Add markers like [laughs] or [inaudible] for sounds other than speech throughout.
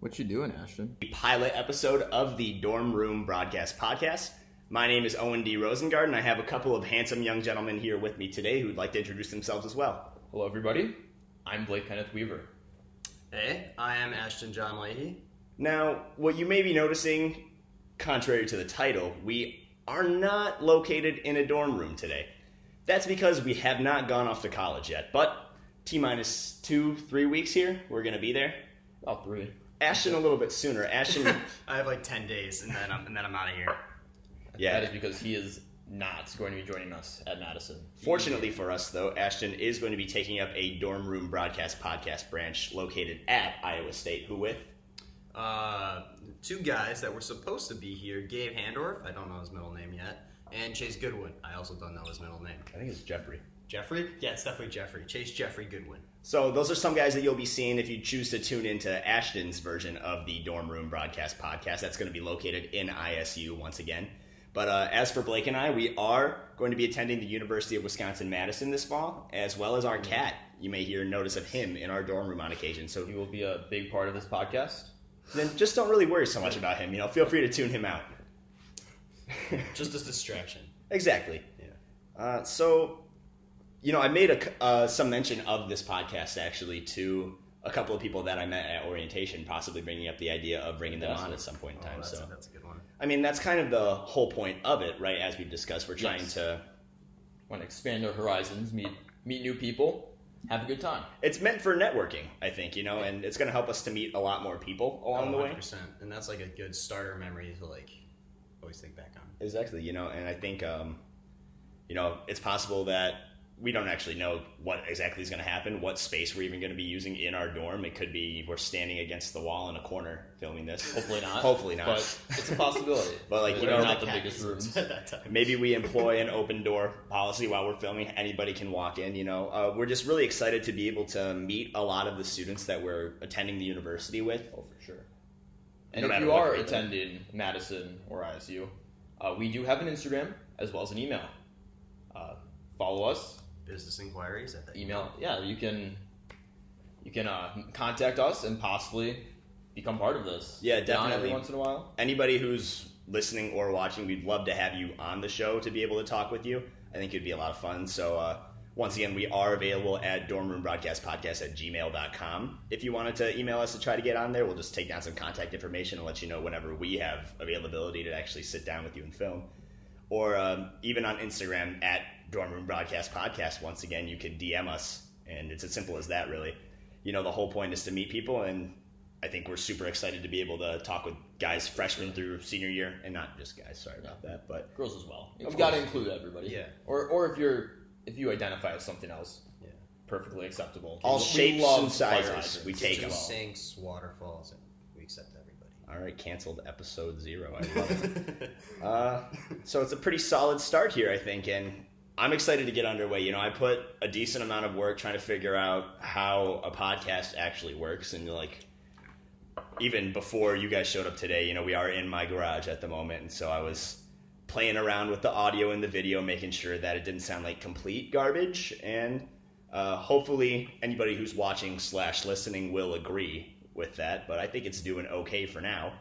What you doing, Ashton? The pilot episode of the Dorm Room Broadcast Podcast. My name is Owen D. Rosengard, and I have a couple of handsome young gentlemen here with me today who'd like to introduce themselves as well. Hello, everybody. I'm Blake Kenneth Weaver. Hey, I am Ashton John Leahy. Now, what you may be noticing, contrary to the title, we are not located in a dorm room today. That's because we have not gone off to college yet, but T minus two, three weeks here, we're going to be there. About three. Ashton a little bit [laughs] sooner. Ashton, I have like ten days, and then I'm and then I'm out of here. yeah. That is because he is not going to be joining us at Madison. Fortunately for us, though, Ashton is going to be taking up a dorm room broadcast podcast branch located at Iowa State. Who with? Uh, two guys that were supposed to be here: Gabe Handorf, I don't know his middle name yet, and Chase Goodwin. I also don't know his middle name. I think it's Jeffrey. Jeffrey? Yeah, it's definitely Jeffrey. Chase Jeffrey Goodwin. So those are some guys that you'll be seeing if you choose to tune into Ashton's version of the dorm room broadcast podcast. That's going to be located in ISU once again. But uh, as for Blake and I, we are going to be attending the University of Wisconsin Madison this fall, as well as our cat. You may hear notice of him in our dorm room on occasion. So He will be a big part of this podcast. then just don't really worry so much about him. You know, feel free to tune him out. Just as distraction. Exactly. Yeah. Uh, so, you know, I made a c uh, some mention of this podcast actually to a couple of people that I met at orientation, possibly bringing up the idea of bringing them on at some point in Oh, time. that's, so, that's a good one. I mean, that's kind of the whole point of it, right? As we've discussed, we're trying Yes. to. Want to expand our horizons, meet meet new people, have a good time. It's meant for networking, I think, you know, and it's going to help us to meet a lot more people Oh, along the way. 100%. and that's like a good starter memory to like always think back on. Exactly, you know, and I think, um, you know, it's possible that we don't actually know what exactly is going to happen, what space we're even going to be using in our dorm. It could be we're standing against the wall in a corner filming this. Hopefully not. Hopefully not. But it's a possibility. [laughs] But, like, you They're know, not the the [laughs] biggest [laughs] rooms. at that time. Maybe we employ an open door policy while we're filming. Anybody can walk in, you know. Uh, we're just really excited to be able to meet a lot of the students that we're attending the university with. Oh, for sure. And No if matter you what are grade they're in. attending Madison or ISU, uh, we do have an Instagram as well as an email. Uh, follow us. Business inquiries at that Email. Yeah, you can you can uh, contact us and possibly become part of this. Yeah, Get on definitely. Every once in a while. Anybody who's listening or watching, we'd love to have you on the show to be able to talk with you. I think it'd be a lot of fun. So, uh, once again, we are available at dormroombroadcastpodcast at gmail.com. If you wanted to email us to try to get on there, we'll just take down some contact information and let you know whenever we have availability to actually sit down with you and film. Or um, even on Instagram at Dorm Room Broadcast Podcast. Once again, you could DM us, and it's as simple as that, really. You know, the whole point is to meet people, and I think we're super excited to be able to talk with guys freshman through senior year, and not just guys. Sorry about that, but girls as well. Of You've got to course. include everybody. Yeah. Or or if you're if you identify as something else, Yeah. perfectly acceptable. all We shapes love and fire sizes, we hydrants. take Kitchen them all. sinks, waterfalls, and we accept everybody. All right, canceled episode zero. I love it. uh, so it's a pretty solid start here, I think, and I'm excited to get underway. You know, I put a decent amount of work trying to figure out how a podcast actually works, and like even before you guys showed up today, you know, we are in my garage at the moment, and so I was playing around with the audio and the video, making sure that it didn't sound like complete garbage. And uh, hopefully, anybody who's watching slash listening will agree with that. But I think it's doing okay for now.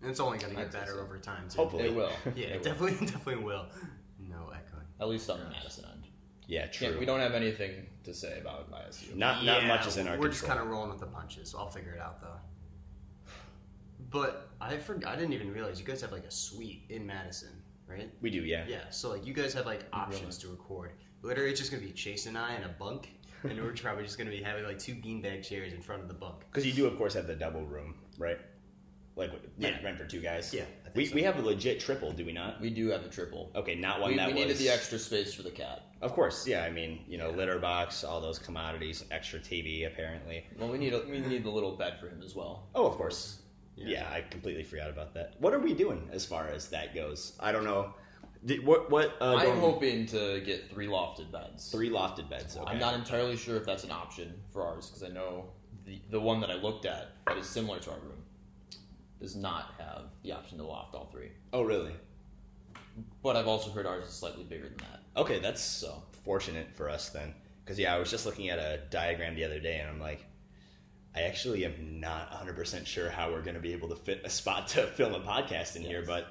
And it's only going to get I'd say better so. over time. Too. Hopefully, They will. [laughs] Yeah, They it will. definitely, [laughs] definitely will. No echoing. At least on the Madison end. Yeah, Can't- true. we don't have anything to say about ISU. not not Yeah, much is in our We're just control. kind of rolling with the punches. I'll figure it out though. But I forgot. I didn't even realize you guys have like a suite in Madison, right? we do, yeah. Yeah. So like you guys have like options to record. Literally, it's just gonna be Chase and I in a bunk, and we're [laughs] probably just gonna be having like two beanbag chairs in front of the bunk. Because you do, of course, have the double room, right? Like rent, Yeah. rent for two guys. Yeah, I think we so. we have a legit triple, do we not? We do have a triple. Okay, not one We, that we needed was the extra space for the cat. Of course, yeah. I mean, you know, litter box, all those commodities, extra TV, apparently. Well, we need a, we need the little bed for him as well. Oh, of course. Yeah. Yeah. I completely forgot about that. What are we doing as far as that goes? I don't know. Did, what what? Uh, I'm dorm- hoping to get three lofted beds. three lofted beds. Okay. I'm not entirely sure if that's an option for ours because I know the the one that I looked at that is similar to our room does not have the option to loft all three. Oh, really? But I've also heard ours is slightly bigger than that. Okay, that's so fortunate for us then. Because yeah, I was just looking at a diagram the other day, and I'm like, I actually am not 100% sure how we're going to be able to fit a spot to [laughs] film a podcast in here, Yes. but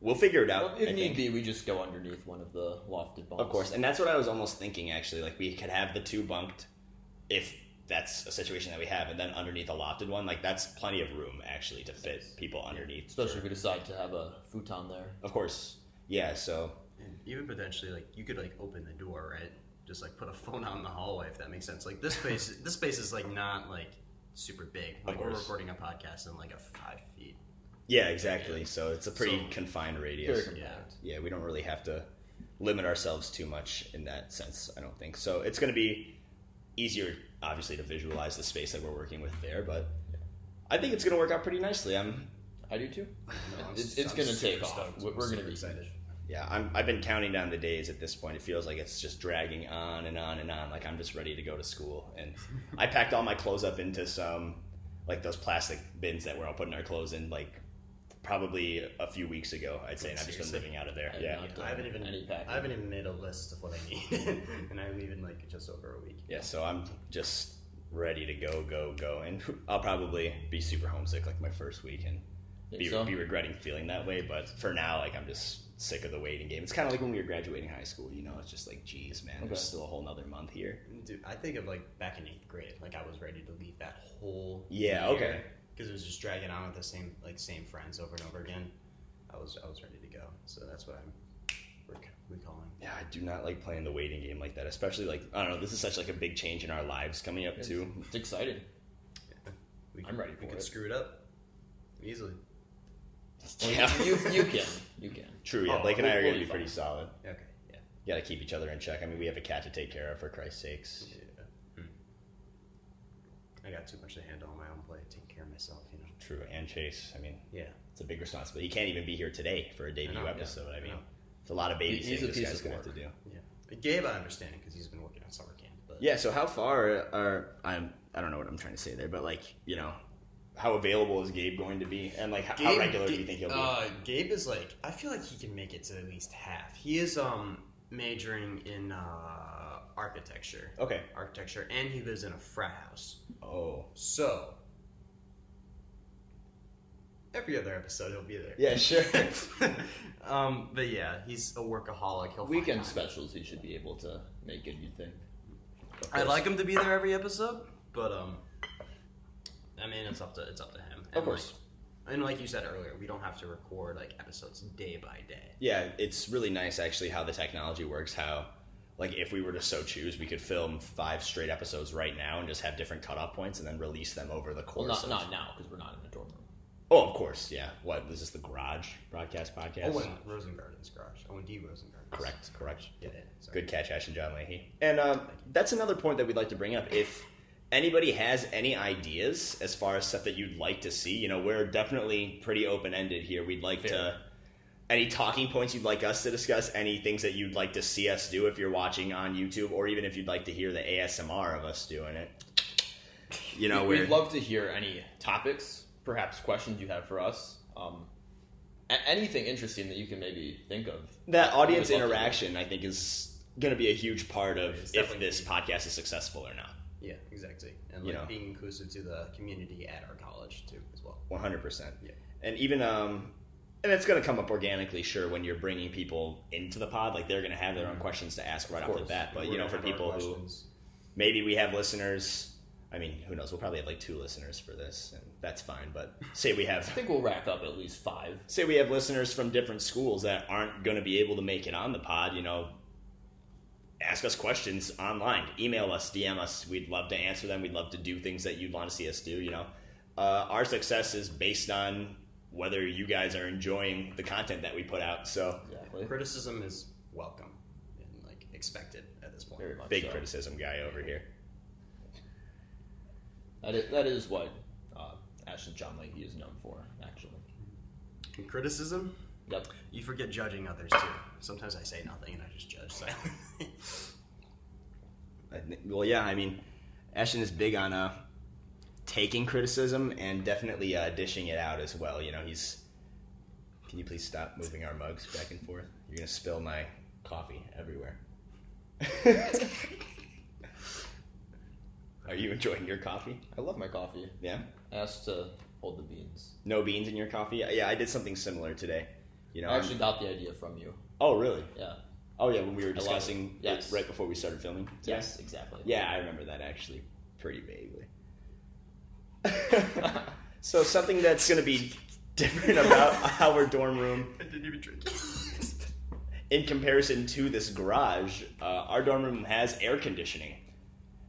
we'll figure it out. Well, if I need think. be, we just go underneath one of the lofted bunks. Of course. And that's what I was almost thinking, actually. Like, we could have the two bunked if that's a situation that we have, and then underneath a lofted one. Like, that's plenty of room, actually, to fit people underneath. Especially if we for- decide to have a futon there. Of course. Yeah, so And even potentially, like you could like open the door, right? Just like put a phone out in the hallway, if that makes sense. Like this space, [laughs] this space is like not like super big. Like we're course. recording a podcast in like a five feet. Yeah, exactly. So it's a pretty So- confined Very radius. [laughs] compact. Yeah, we don't really have to limit ourselves too much in that sense, I don't think. So it's going to be easier, obviously, to visualize the space that we're working with there, but I think it's going to work out pretty nicely. I'm, I do too. No, I'm it's s- it's I'm going to super take off. stoked. We're, I'm we're going to super be excited. yeah, I'm, I've been counting down the days at this point. It feels like it's just dragging on and on and on. Like I'm just ready to go to school. And I packed all my clothes up into some, like those plastic bins that we're all putting our clothes in, like probably a few weeks ago, I'd say. And I've just been Seriously? living out of there. I have Yeah. not done I haven't even any packing. I haven't even made a list of what I [laughs] need, and I'm even like just over a week. Yeah, so I'm just ready to go, go, go, and I'll probably be super homesick like my first week and Think be, so? be regretting feeling that way. But for now, like I'm just sick of the waiting game. It's kind of like when we were graduating high school, you know? It's just like, geez, man, Okay. there's still a whole nother month here. Dude, I think of like back in eighth grade, like I was ready to leave that whole Yeah, okay. because it was just dragging on with the same like same friends over and over again. I was I was ready to go, so that's what I'm rec- recalling. Yeah, I do not like playing the waiting game like that, especially like I don't know. This is such like a big change in our lives coming up It's, too. it's exciting. [laughs] We I'm ready We for could it. screw it up easily. Well, Yeah, you, you can. You can. true. Yeah, Oh, Blake and I we'll- are gonna we'll be be pretty solid. Okay, yeah. You gotta keep each other in check. I mean, we have a cat to take care of, for Christ's sakes. yeah. Hmm. I got too much to handle on my own plate, taking care of myself, you know. True, and Chase. I mean, Yeah. It's a big responsibility. He can't even be here today for a debut know, yeah, episode. I I mean, know. it's a lot of babysitting He's a this piece guy's of going to work. have to do. Yeah. Gabe, I understand because he's been working on summer camp. But Yeah. So how far are I'm? I don't know what I'm trying to say there, but like you know, how available is Gabe going to be, and like how, how Gabe- regular do Ga- you think he'll be? Uh, Gabe is like, I feel like he can make it to at least half. He is um majoring in uh, architecture, okay. architecture, and he lives in a frat house. Oh. So every other episode he'll be there. Yeah. Sure. [laughs] [laughs] um, but yeah, he's a workaholic. He'll find Weekend time. specials, he should be able to make it, you'd think. I'd like him to be there every episode, but um, I mean it's up to it's up to him. And, course. like- and like you said earlier, we don't have to record like episodes day by day. yeah. It's really nice actually how the technology works. How. Like if we were to so choose, we could film five straight episodes right now and just have different cutoff points, and then release them over the Well, course. not, of... not now, because we're not in a dorm room. Oh, of course, yeah. What this is the Garage Broadcast Podcast. Owen Rosengarten's garage. Owen D. Rosengarten. Correct. Correct. Yeah. yeah, sorry. Good catch, Ash and John Leahy. And um, that's another point that we'd like to bring up. If anybody has any ideas as far as stuff that you'd like to see, you know, we're definitely pretty open ended here. We'd like to Fair. any talking points you'd like us to discuss, any things that you'd like to see us do if you're watching on YouTube, or even if you'd like to hear the ASMR of us doing it. You know, We- we're We'd love to hear any topics, perhaps questions you have for us. Um, a- anything interesting that you can maybe think of. that audience We'd love to hear. interaction. I think is going to be a huge part of It's if definitely- this podcast is successful or not. Yeah, exactly. And You like know. being inclusive to the community at our college too, as well. One hundred percent. Yeah. And even um, and it's going to come up organically, sure, when you're bringing people into the pod. Like they're going to have their own questions to ask right off the course. bat. But Mm-hmm. We're you know, gonna for have our people who questions. maybe we have listeners. I mean, who knows? We'll probably have like two listeners for this, and that's fine. But say we I have think we'll rack up at least five. say we have listeners from different schools that aren't going to be able to make it on the pod. You know, ask us questions online, email us, DM us. We'd love to answer them. We'd love to do things that you'd want to see us do. You know, uh, our success is based on whether you guys are enjoying the content that we put out. So Exactly. criticism is welcome and like expected at this point. Very much. big so. criticism guy over here. That is, that is what uh, Ashton John Leahy is known for, actually. And criticism, Yep. you forget judging others too. Sometimes I say nothing and I just [laughs] judge silently. I thi- Well, yeah, I mean, Ashton is big on uh, taking criticism and definitely uh, dishing it out as well. You know, he's. Can you please stop moving our mugs back and forth? You're gonna spill my coffee everywhere. [laughs] Are you enjoying your coffee? I love my coffee. Yeah. I asked to hold the beans. No beans in your coffee? Uh, Yeah, I did something similar today. You know. I I'm- actually got the idea from you. oh, really? Yeah. Oh, Um, yeah. When we were love it. discussing it Yes. right before we started filming. today? Yes, exactly. Yeah, I remember that actually pretty vaguely. [laughs] so something that's going to be different about [laughs] our dorm room I didn't even drink it. in comparison to this garage, uh, our dorm room has air conditioning.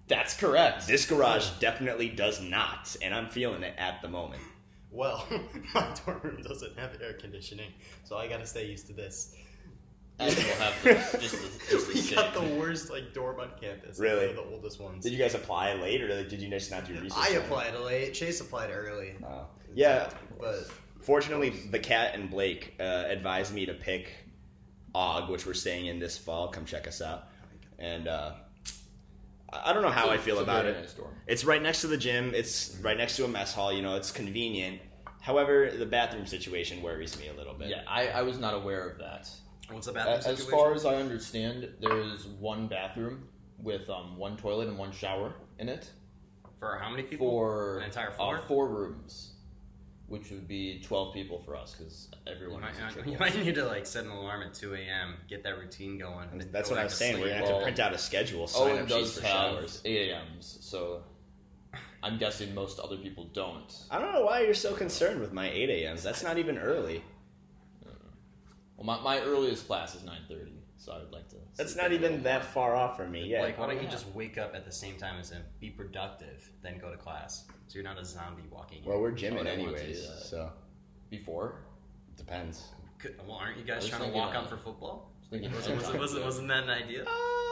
That's correct. This garage definitely does not, and I'm feeling it at the moment. [laughs] Well, [laughs] my dorm room doesn't have air conditioning, so I gotta stay used to this. [laughs] As we'll have the, just the, just the we got same. the worst like dorm on campus. Really? One of the oldest ones. Did you guys apply late, or did you just not do research? I applied late. Chase applied early. Oh. yeah, But Fortunately, the cat and Blake uh, advised me to pick Og, which we're staying in this fall. Come check us out. And uh, I I don't know [laughs] how I feel It's a about very it. nice dorm. It's right next to the gym. It's right next to a mess hall. You know, it's convenient. However, the bathroom situation worries me a little bit. Yeah, I, I was not aware of that. what's the A- bathroom As, situation? far as I understand, there is one bathroom with um, one toilet and one shower in it for how many people? for An entire uh, floor? four rooms, which would be twelve people for us because You everyone [laughs] might, is a you triple. might need to like set an alarm at 2 a.m. Get that routine going. And and That's go what back I'm to saying. We're sleep. gonna have to Well, print out a schedule, sign Owen up sheets does for have showers. eight AMs, so I'm guessing most other people don't. I don't know why you're so concerned with my 8 a.m.s. That's not even early. Well, my, my earliest class is nine thirty, so I would like to. That's sleep not in a even little that more. far off from me. Yeah. Like, why don't you Yeah. just wake up at the same time as him, be productive, then go to class, so you're not a zombie walking. in. Well, we're I gymming wouldn't want to do anyways, that. so before. depends. Good- well, aren't you guys At least trying to they walk get on out. for football? I was thinking Wasn't, wasn't, [laughs] sometime wasn't, soon. wasn't that an idea?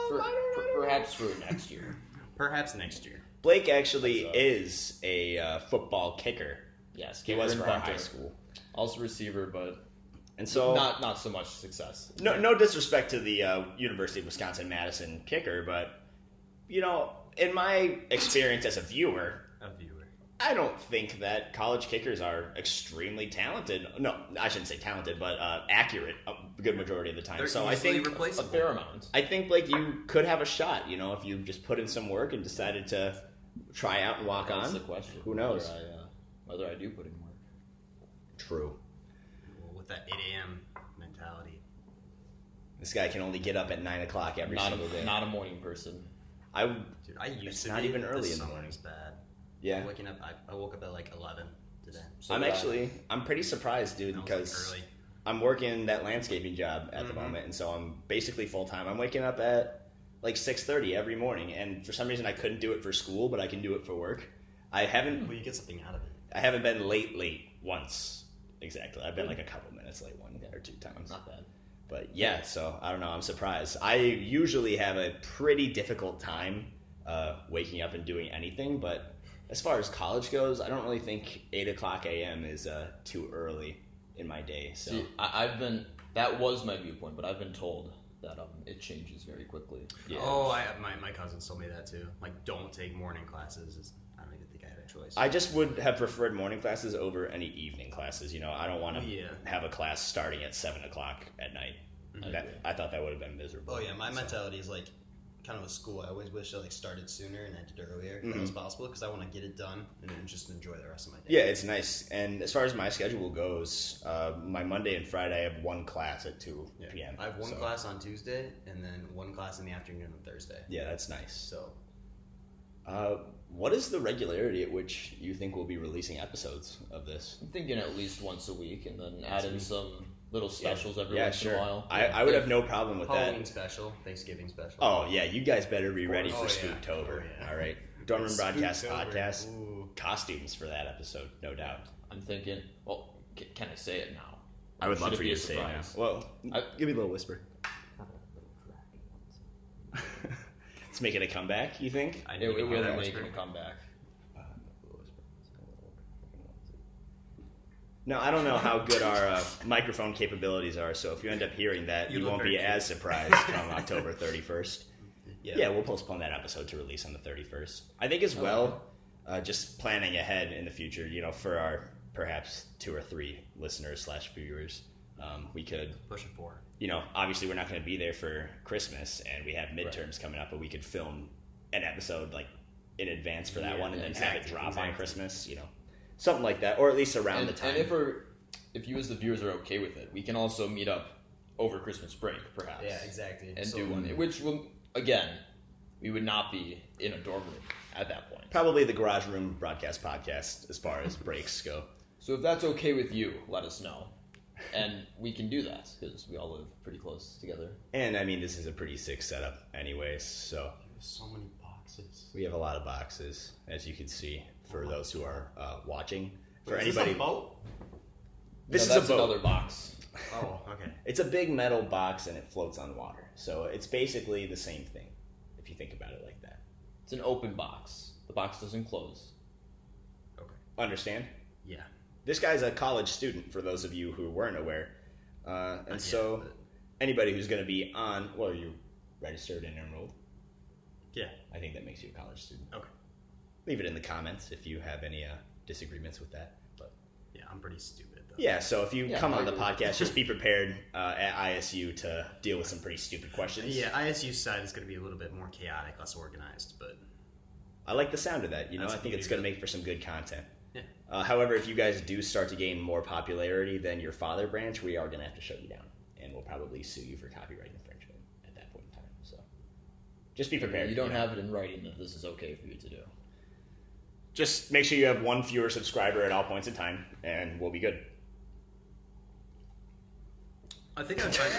For- per- perhaps for next year. Perhaps next year. Blake actually That's, uh, is a uh, football kicker. Yes, He was Cameron for our Bunter. high school, Also receiver, but and so not not so much success. no no disrespect to the uh, University of Wisconsin Madison kicker, but you know, in my experience as a viewer, A viewer. I don't think that college kickers are extremely talented. No, I shouldn't say talented, but uh, accurate a good majority of the time. They're so I easily think A replaceable. fair amount. I think like you could have a shot, you know, if you just put in some work and decided to try out and walk That's the on. question. Who knows? Whether I, uh, whether I do put in work. True. Well, with that 8 a.m. mentality. This guy can only get up at nine o'clock every Not single a, day. not a morning person. I Dude, I used It's to not be, even but early this in the summer morning. is bad. yeah. Waking up, I, I woke up at like 11 today. So I'm did I. actually I'm pretty surprised, dude, That was, like, because early. [laughs] I'm working that landscaping job at Mm-hmm. the Mhm. moment, and so I'm basically full time. I'm waking up at like six thirty every morning, and for some reason I couldn't do it for school, but I can do it for work. I haven't Mm-hmm. Well, you get something out of it. I haven't been late late once exactly. I've been like a couple minutes late one or two times. Not bad. But yeah, so I don't know. I'm surprised. I usually have a pretty difficult time uh, waking up and doing anything, but as far as college goes, I don't really think eight o'clock a.m. is uh, too early in my day. So See, I, I've been that was my viewpoint, but I've been told that um it changes very quickly. Yeah. Oh, I, my, my cousins told me that too. Like, don't take morning classes. It's- I don't even think I had a choice. I just would have preferred morning classes over any evening classes. You know, I don't want to Yeah. have a class starting at seven o'clock at night. I That, agree. I thought that would have been miserable. oh, yeah, my So- mentality is like kind of a school. I always wish I like started sooner and ended earlier if that was possible because I want to get it done and then just enjoy the rest of my day. Mm-hmm. Yeah, it's nice. And as far as my schedule goes, uh, my Monday and Friday I have one class at two p.m. I have one so- class on Tuesday and then one class in the afternoon on Thursday. Yeah, that's nice. So Uh, what is the regularity at which you think we'll be releasing episodes of this? I'm thinking at least once a week, and then add in some little specials every yeah, once sure. in a while. I, I would If- have no problem with Halloween that. special, Thanksgiving special. Oh yeah, you guys better be ready for Oh, yeah. Spooktober. Oh, yeah. All right, Dorm Room Broadcast Spooktober. podcast Ooh. costumes for that episode, no doubt. I'm thinking. Well, c- can I say it now? I would Should love it for be you a to say it now. surprise? Well, I- give me a little whisper. [laughs] it's making a comeback. You think? I It, didn't it hear will that make whisper. a comeback. No, I don't know how good our uh, microphone capabilities are. So if you end up hearing that, You you, look won't very be cute. as surprised come October thirty first. Yeah. Yeah, we'll postpone that episode to release on the 31st. I think as well, uh, just planning ahead in the future, you know, for our perhaps two or three listeners slash viewers, um, we could, pushing forward. you know, obviously we're not going to be there for Christmas and we have midterms coming up, but we could film an episode like in advance for that Yeah, one, and yeah, then have it exactly, drop exactly. on Christmas. You know, something like that, or at least around and, the time. and if we're, if you as the viewers are okay with it, we can also meet up over Christmas break, perhaps. Yeah, exactly. And So- do um, one, which will again, we would not be in a dorm room at that point. Probably the Garage Room Broadcast Podcast, as far as breaks go. So if that's okay with you, let us know, and we can do that because we all live pretty close together. And I mean, this is a pretty sick setup, anyways. So So many boxes. we have a lot of boxes, as you can see, for those who are uh, watching. For Wait, is anybody, This a boat? This No, is a that's boat. another box. Oh, [laughs] okay. it's a big metal box and it floats on water. So it's basically the same thing, if you think about it like that. It's an open box. The box doesn't close. Okay. Understand? Yeah. This guy's a college student, for those of you who weren't aware. Uh, and Yeah, so but- anybody who's going to be on, well, you registered and enrolled. Yeah. I think that makes you a college student. Okay. Leave it in the comments if you have any uh, disagreements with that. But Yeah, I'm pretty stupid though. yeah, so if you Yeah, come I on the agree. podcast, just [laughs] be prepared uh, at ISU to deal with some pretty stupid questions. Yeah, ISU side is going to be a little bit more chaotic, less organized, but I like the sound of that. You know, That's I think it's going pretty to make for some good content. Yeah. Uh, however, if you guys do start to gain more popularity than your father branch, we are going to have to shut you down, and we'll probably sue you for copyright infringement at that point in time. So, just be prepared. You don't know. have it in writing that this is okay for you to do. Just make sure you have one fewer subscriber at all points in time, and we'll be good. I think I'm [laughs] trying.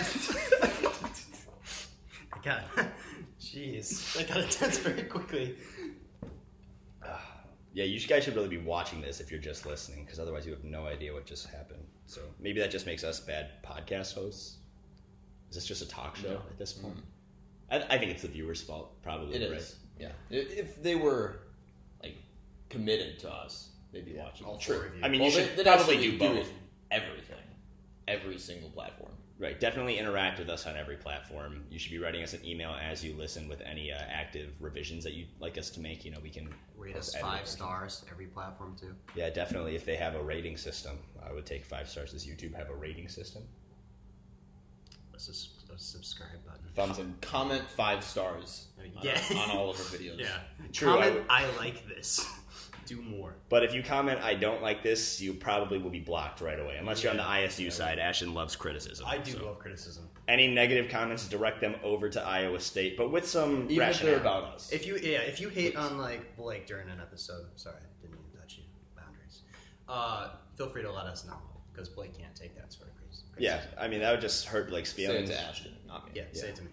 I got. [laughs] Jeez, I got intense very quickly. Yeah, you guys should really be watching this if you're just listening, because otherwise you have no idea what just happened. So maybe that just makes us bad podcast hosts. Is this just a talk show No. Mm. at this point? I, I think it's the viewers' fault, probably. It is. right? Yeah. I- If they were like committed to us, they'd be watching. all us. four of you. I mean, Well, you they- should they'd probably actually do both. it Everything. Every single platform. Right. Definitely interact with us on every platform. You should be writing us an email as you listen with any uh, active revisions that you'd like us to make. You know, we can Rate post us edit- five stars every platform too. Yeah, definitely. If they have a rating system, I would take five stars. Does YouTube have a rating system? Let's just a subscribe button. Thumbs and Comment five stars on, Yeah. on all [laughs] of our videos. Yeah. True, I Comment. would- I, like this. [laughs] Do more. But if you comment, I don't like this, you probably will be blocked right away. Unless you're on the ISU side, Ashton loves criticism. so. love criticism. Any negative comments, direct them over to Iowa State, but with Even some if rationale. they're about us. If you yeah, if you hate on like Blake during an episode, sorry, didn't even touch you. Boundaries. Uh, feel free to let us know because Blake can't take that sort of criticism. yeah, I mean, that would just hurt Blake's Say it feelings. to Ashton, not me. Yeah, Say Yeah. it to me. Say it to me.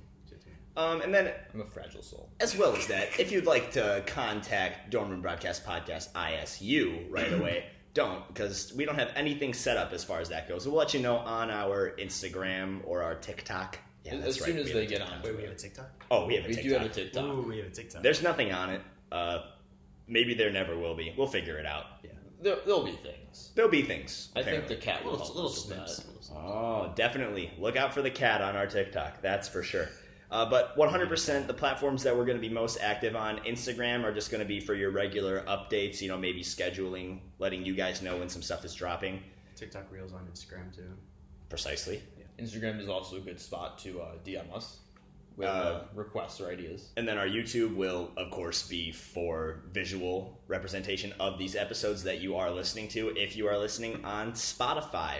Um, and then I'm a fragile soul. As well as that, if you'd like to contact Dorm Room Broadcast Podcast ISU [clears throat] right away, don't, because we don't have anything set up as far as that goes. We'll let you know on our Instagram or our TikTok. Yeah, As- that's as right. soon as we they have a get TikTok. on. Wait, we have a TikTok. Oh, we have a We TikTok. do have a TikTok. Ooh, we have a TikTok. There's nothing on it. Uh, maybe there never will be. We'll figure it out. yeah. There, there'll be things. There'll be things. I think apparently. the cat will little, help little us with snips. that. Oh, definitely. Look out for the cat on our TikTok. That's for sure. Uh, but 100%, the platforms that we're going to be most active on Instagram are just going to be for your regular updates, you know, maybe scheduling, letting you guys know when some stuff is dropping. TikTok reels on Instagram too. Precisely. Instagram is also a good spot to uh, DM us with uh, Uh, requests or ideas. And then our YouTube will, of course, be for visual representation of these episodes that you are listening to. If you are listening on Spotify,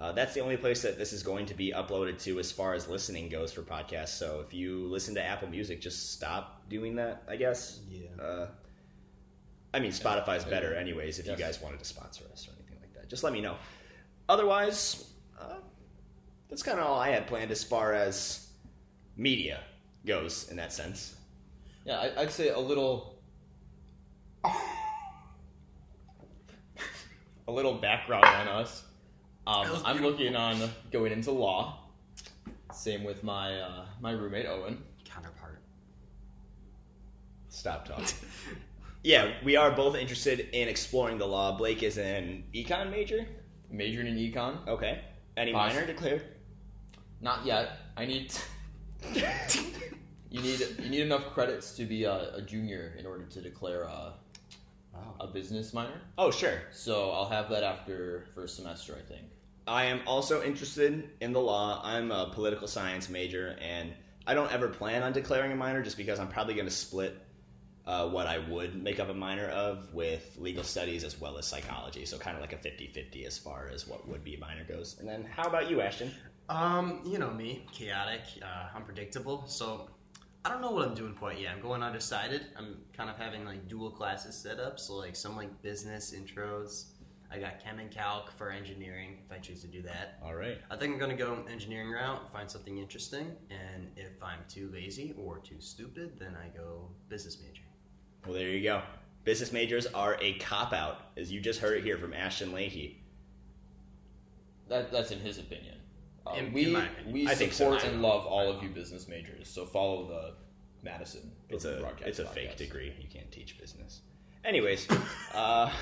uh, that's the only place that this is going to be uploaded to as far as listening goes for podcasts. So if you listen to Apple Music, just stop doing that, I guess. Yeah. Uh, I mean, Spotify's better, anyways, if you Yes. guys wanted to sponsor us or anything like that. Just let me know. Otherwise, uh, that's kind of all I had planned as far as media goes in that sense. Yeah, I, I'd say a little, a little background on us. That Um, was I'm beautiful. looking on going into law. Same with my uh, my roommate Owen. Counterpart. Stop talking. [laughs] yeah, we are both interested in exploring the law. Blake is an econ major. majoring in econ. Okay. Any Pause. minor declared? Not yet. I need. you need you need enough credits to be a, a junior in order to declare a, a business minor. Oh, sure. So I'll have that after first semester, I think. I am also interested in the law. I'm a political science major, and I don't ever plan on declaring a minor just because I'm probably going to split uh, what I would make up a minor of with legal studies as well as psychology. So kind of like a 50 50 as far as what would be a minor goes. And then how about you, Ashton? Um, you know me, chaotic, uh, unpredictable. So I don't know what I'm doing quite yet. I'm going undecided. I'm kind of having like dual classes set up. So like some like business intros. I got chem and calc for engineering if I choose to do that. All right. I think I'm gonna go engineering route, find something interesting, and if I'm too lazy or too stupid, then I go business major. Well, there you go. Business majors are a cop out, as you just heard it here from Ashton Leahy. That, that's in his opinion. Uh, In- we in my opinion. we I think so. support I- and love all of you business majors, so follow the Madison. It's Urban a Broadcast it's a podcast. fake degree. You can't teach business. Anyways, [laughs] uh,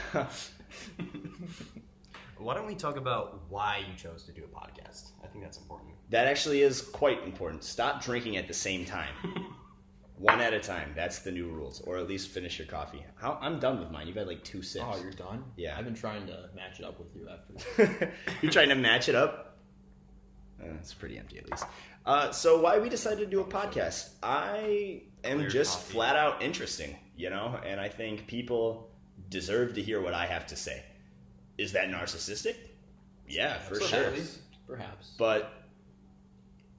Why don't we talk about why you chose to do a podcast? I think that's important. that actually is quite important. Stop drinking at the [laughs] same time. One at a time. That's the new rules. Or at least finish your coffee. How, I'm done with mine. You've had like two sips. Oh, you're done. Yeah. I've been trying to match it up with you after. This. [laughs] You're trying to match it up. Uh, it's pretty empty, at least. Uh, so why we decided to do a podcast? I am Clear just coffee. flat out interesting, you know, and I think people deserve to hear what I have to say. Is that narcissistic? Yeah, for sure. Perhaps. Perhaps. But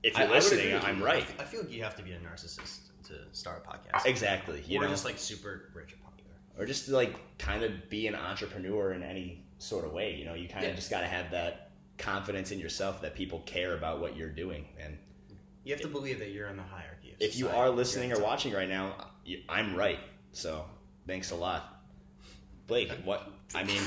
if I- you're I would agree listening, with you. I'm right. I feel like you have to be a narcissist to start a podcast. Exactly. You or know, just like super rich and popular. or just to like kind of be an entrepreneur in any sort of way. You know, you kind of Yeah. just got to have that confidence in yourself that people care about what you're doing and You have to believe that you're in the hierarchy. Of if you society. are listening You're or in watching right now, you- I'm right. So thanks a lot, Blake. What I mean,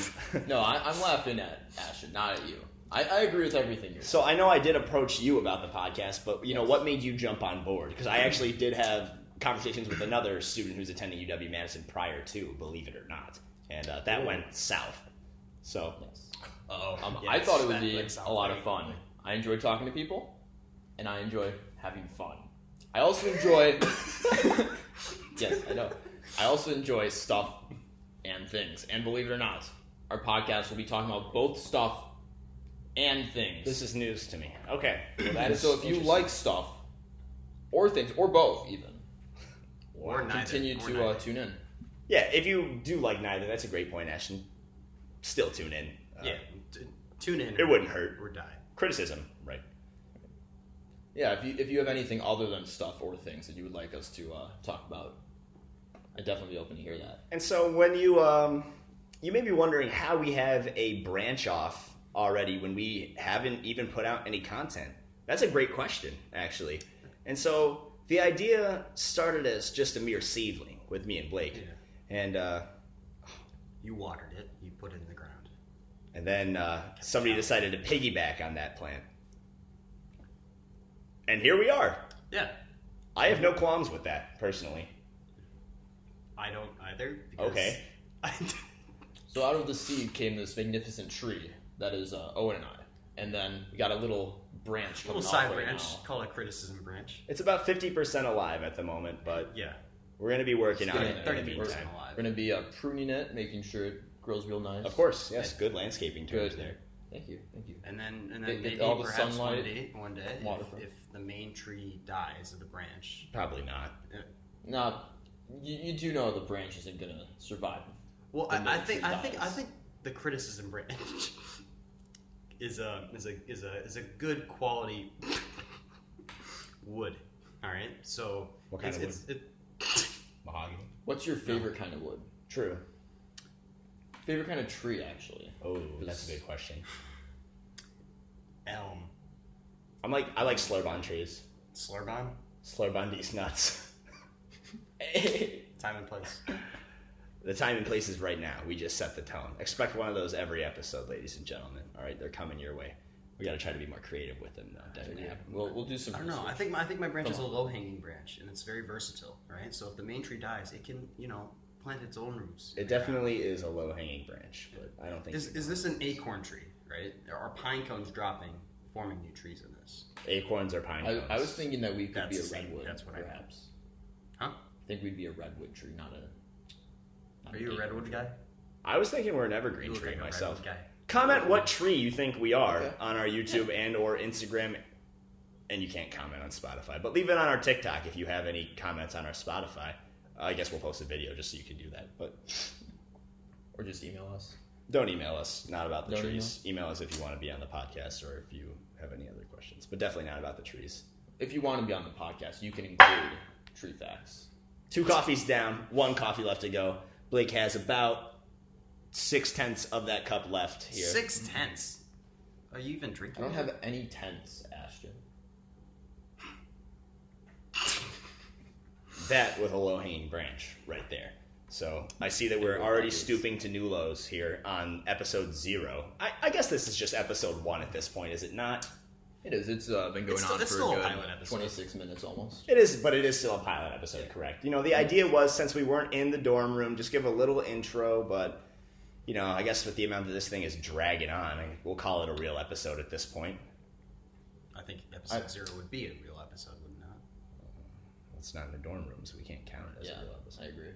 [laughs] No, I, I'm laughing at Ashton, not at you. I, I agree with everything you're saying. so I know I did approach you about the podcast, but you know what made you jump on board? Because I actually did have conversations with another student who's attending UW Madison prior to, believe it or not, and uh, that went south. So Yes. Oh, Um, I yes, thought it would that be links out a lot very of fun. quickly. I enjoy talking to people, and I enjoy having fun. I also [laughs] enjoy. yes, I know. I also enjoy stuff and things. And believe it or not, our podcast will be talking about both stuff and things. this is news to me. Okay, well, and so if you interesting. like stuff or things or both, even Or neither, continue or to uh, neither. tune in. yeah, if you do like neither, that's a great point, Ashton. Still tune in. Uh, yeah, t- tune in. it wouldn't hurt. Or die. Criticism, right? Yeah, if you if you have anything other than stuff or things that you would like us to uh, talk about, I'd definitely be open to hear that. And so when you um, you may be wondering how we have a branch off already when we haven't even put out any content. That's a great question, actually. And so the idea started as just a mere seedling with me and Blake, and uh, You watered it. You put it in the ground. and then uh, somebody decided to piggyback on that plan, and here we are. Yeah, I have no qualms with that personally. I don't either. because Okay, [laughs] I, So out of the seed came this magnificent tree that is uh, Owen and I, and then we got a little branch, coming little off side right branch. now. Call it criticism branch. it's about fifty percent alive at the moment, but Yeah, we're gonna be working It's on gonna- it. in the thirty thirty meantime. percent We're alive. gonna be uh, pruning it, making sure it grows real nice. Of course, yes. Good landscaping terms good. there. Thank you, thank you. And then, and They then get maybe all the perhaps one sunlight, day, one day, water if, from- if the main tree dies of the branch, Probably not. Now, you, you do know the branch isn't gonna survive. Well, the I, I main think tree I think I dies. think the criticism branch [laughs] is a is a is a is a good quality wood. All right, so What kind it's, of it's, It, Mahogany. What's your favorite kind of wood? True. Favorite kind of tree, [laughs] actually. Oh, that's a good question. elm I'm like I like Slurban trees. Slurgon. Slurban these nuts. [laughs] Time and place. the time and place is right now. We just set the tone. Expect one of those every episode, ladies and gentlemen. All right, they're coming your way. We got to try to be more creative with them, though. Definitely. Yeah, we'll we'll do some. I don't know. research. I think my, I think my branch Come is a on. low hanging branch, and it's very versatile. Right, so if the main tree dies, it can you know plant its own roots. in It the ground. definitely is a low hanging branch, but I don't think is. Is this an acorn tree? Right, there are pine cones dropping, forming new trees in this. acorns or pine I, cones. I was thinking that we could That's be a the same- redwood. that's what I meant. perhaps. Huh? I think we'd be a redwood tree, not a. not Are an you a acorn redwood tree. guy? I was thinking we're an You evergreen look tree like a myself. redwood guy. Comment what tree you think we are Okay. on our YouTube and or Instagram, and you can't comment on Spotify, but leave it on our TikTok if you have any comments on our Spotify. I guess we'll post a video just so you can do that. But or just email us. don't email us, not about the Don't trees. Email. us if you want to be on the podcast or if you have any other questions, but definitely not about the trees. If you want to be on the podcast, you can include tree facts. Two coffees down, one coffee left to go. Blake has about six tenths of that cup left here. Six tenths. Are you even I drinking? don't it? have any tents, Ashton. That with a low hanging branch right there. So I see that we're already stooping to new lows here on episode zero. I, I guess this is just episode one at this point, is it not? It is. It's uh, been going It's still- on it's for still a a good pilot episode. 26 minutes almost. It is, but it is still a pilot episode, correct? You know, the idea was since we weren't in the dorm room, just give a little intro, but you know, I guess with the amount that this thing is dragging on, I- we'll call it a real episode at this point. I think episode I- zero would be a real episode, would it not? It's not in the dorm room, so we can't count it as Yeah, a real episode. I agree.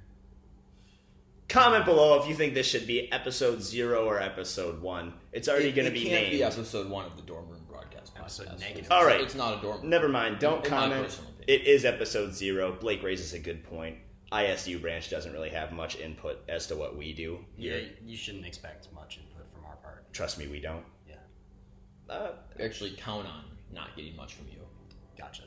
Comment below if you think this should be episode zero or episode one. It's already It- going to it be can't named. be episode one of the dorm room broadcast. Episode podcast. negative. It's- All right. It's not a dorm. room. Never mind. Don't In my comment. personal opinion. It is episode zero. Blake raises a good point. ISU branch doesn't really have much input as to what we do. Yeah, here. you shouldn't expect much input from our part. Trust me, we don't. Yeah, Uh, Actually, count on not getting much from you. gotcha.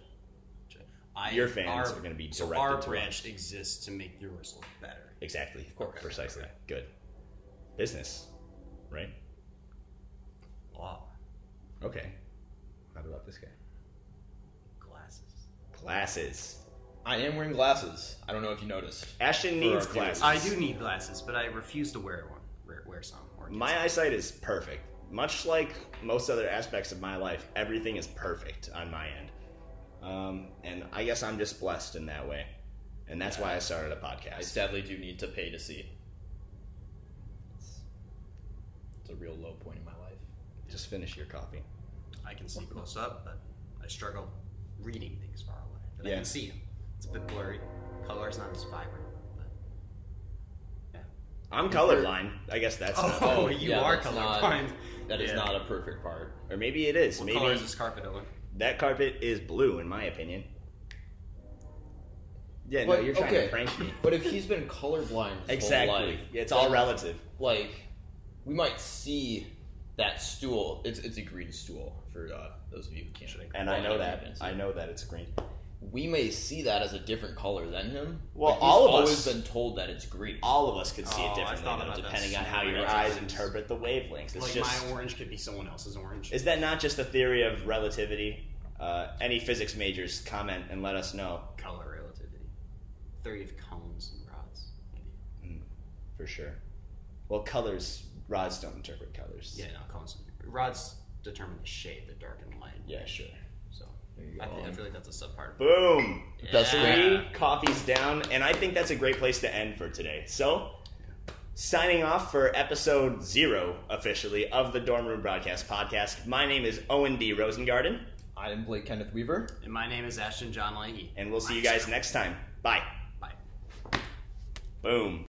Gotcha. I, Your fans our- are gonna be so directed Our to branch exists to make yours look better. exactly. Of course. Precisely. Good. Business, right? Oh. Wow, Okay. How about this guy? glasses. Glasses. I am wearing glasses. I don't know if you noticed. Ashton our viewers. needs glasses. I do need glasses, but I refuse to wear one. Wear, wear some. Or get My eyesight is perfect. Much like most other aspects of my life, everything is perfect on my end. Um, and I guess I'm just blessed in that way. And that's why I started a I podcast. sadly do need to pay to see. It's a real low point in my life. Just finish your coffee. some. I can see close up, but I struggle reading things far away. But I Yeah. can see them. It's a bit blurry. Color's not as vibrant. But yeah. I'm colorblind. I guess that's not- [laughs] Oh, you are that's not- colorblind. That is Yeah. not a perfect part. or maybe it is. What maybe color is this carpet, Owen? that carpet is blue, in my opinion. Yeah, no, But- you're trying okay. to prank me. But if he's been colorblind his whole exactly. life, Yeah, it's all then, relative. Like, we might see that stool. It's it's a green stool for uh, those of you who can't. And I well, know you that. can't see. I know that it's green. we may see that as a different color than him. Well, but he's all of us- always been told that it's green. All of us could see Oh, it I differently, thought though, about that depending on so how your much. eyes interpret the wavelengths. It's Like just my orange could be someone else's orange. Is that not just the theory of relativity? Uh, any physics majors, comment and let us know color relativity. Theory of cones and rods. Maybe. for sure. Well, colors, rods don't interpret colors. Yeah, no, cones. Rods determine the shade, the dark and light. Yeah, Um, sure. So There you I, go. think, I feel like that's a subpart. Boom! That's Three Yeah. coffees down, and I think that's a great place to end for today. So, signing off for episode zero officially of the Dorm Room Broadcast Podcast. My name is Owen D. Rosengarten, I am Blake Kenneth Weaver. And my name is Ashton John Leahy. and we'll see you guys next time. Bye. Bye. Boom.